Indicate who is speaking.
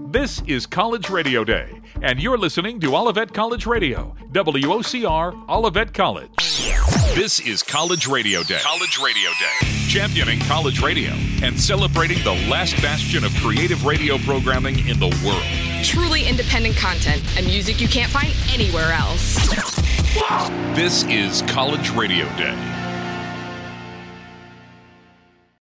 Speaker 1: This is College Radio Day, and you're listening to Olivet College Radio, WOCR, Olivet College. This is College Radio Day. College Radio Day. Championing college radio and celebrating the last bastion of creative radio programming in the world.
Speaker 2: Truly independent content and music you can't find anywhere else.
Speaker 1: This is College Radio Day.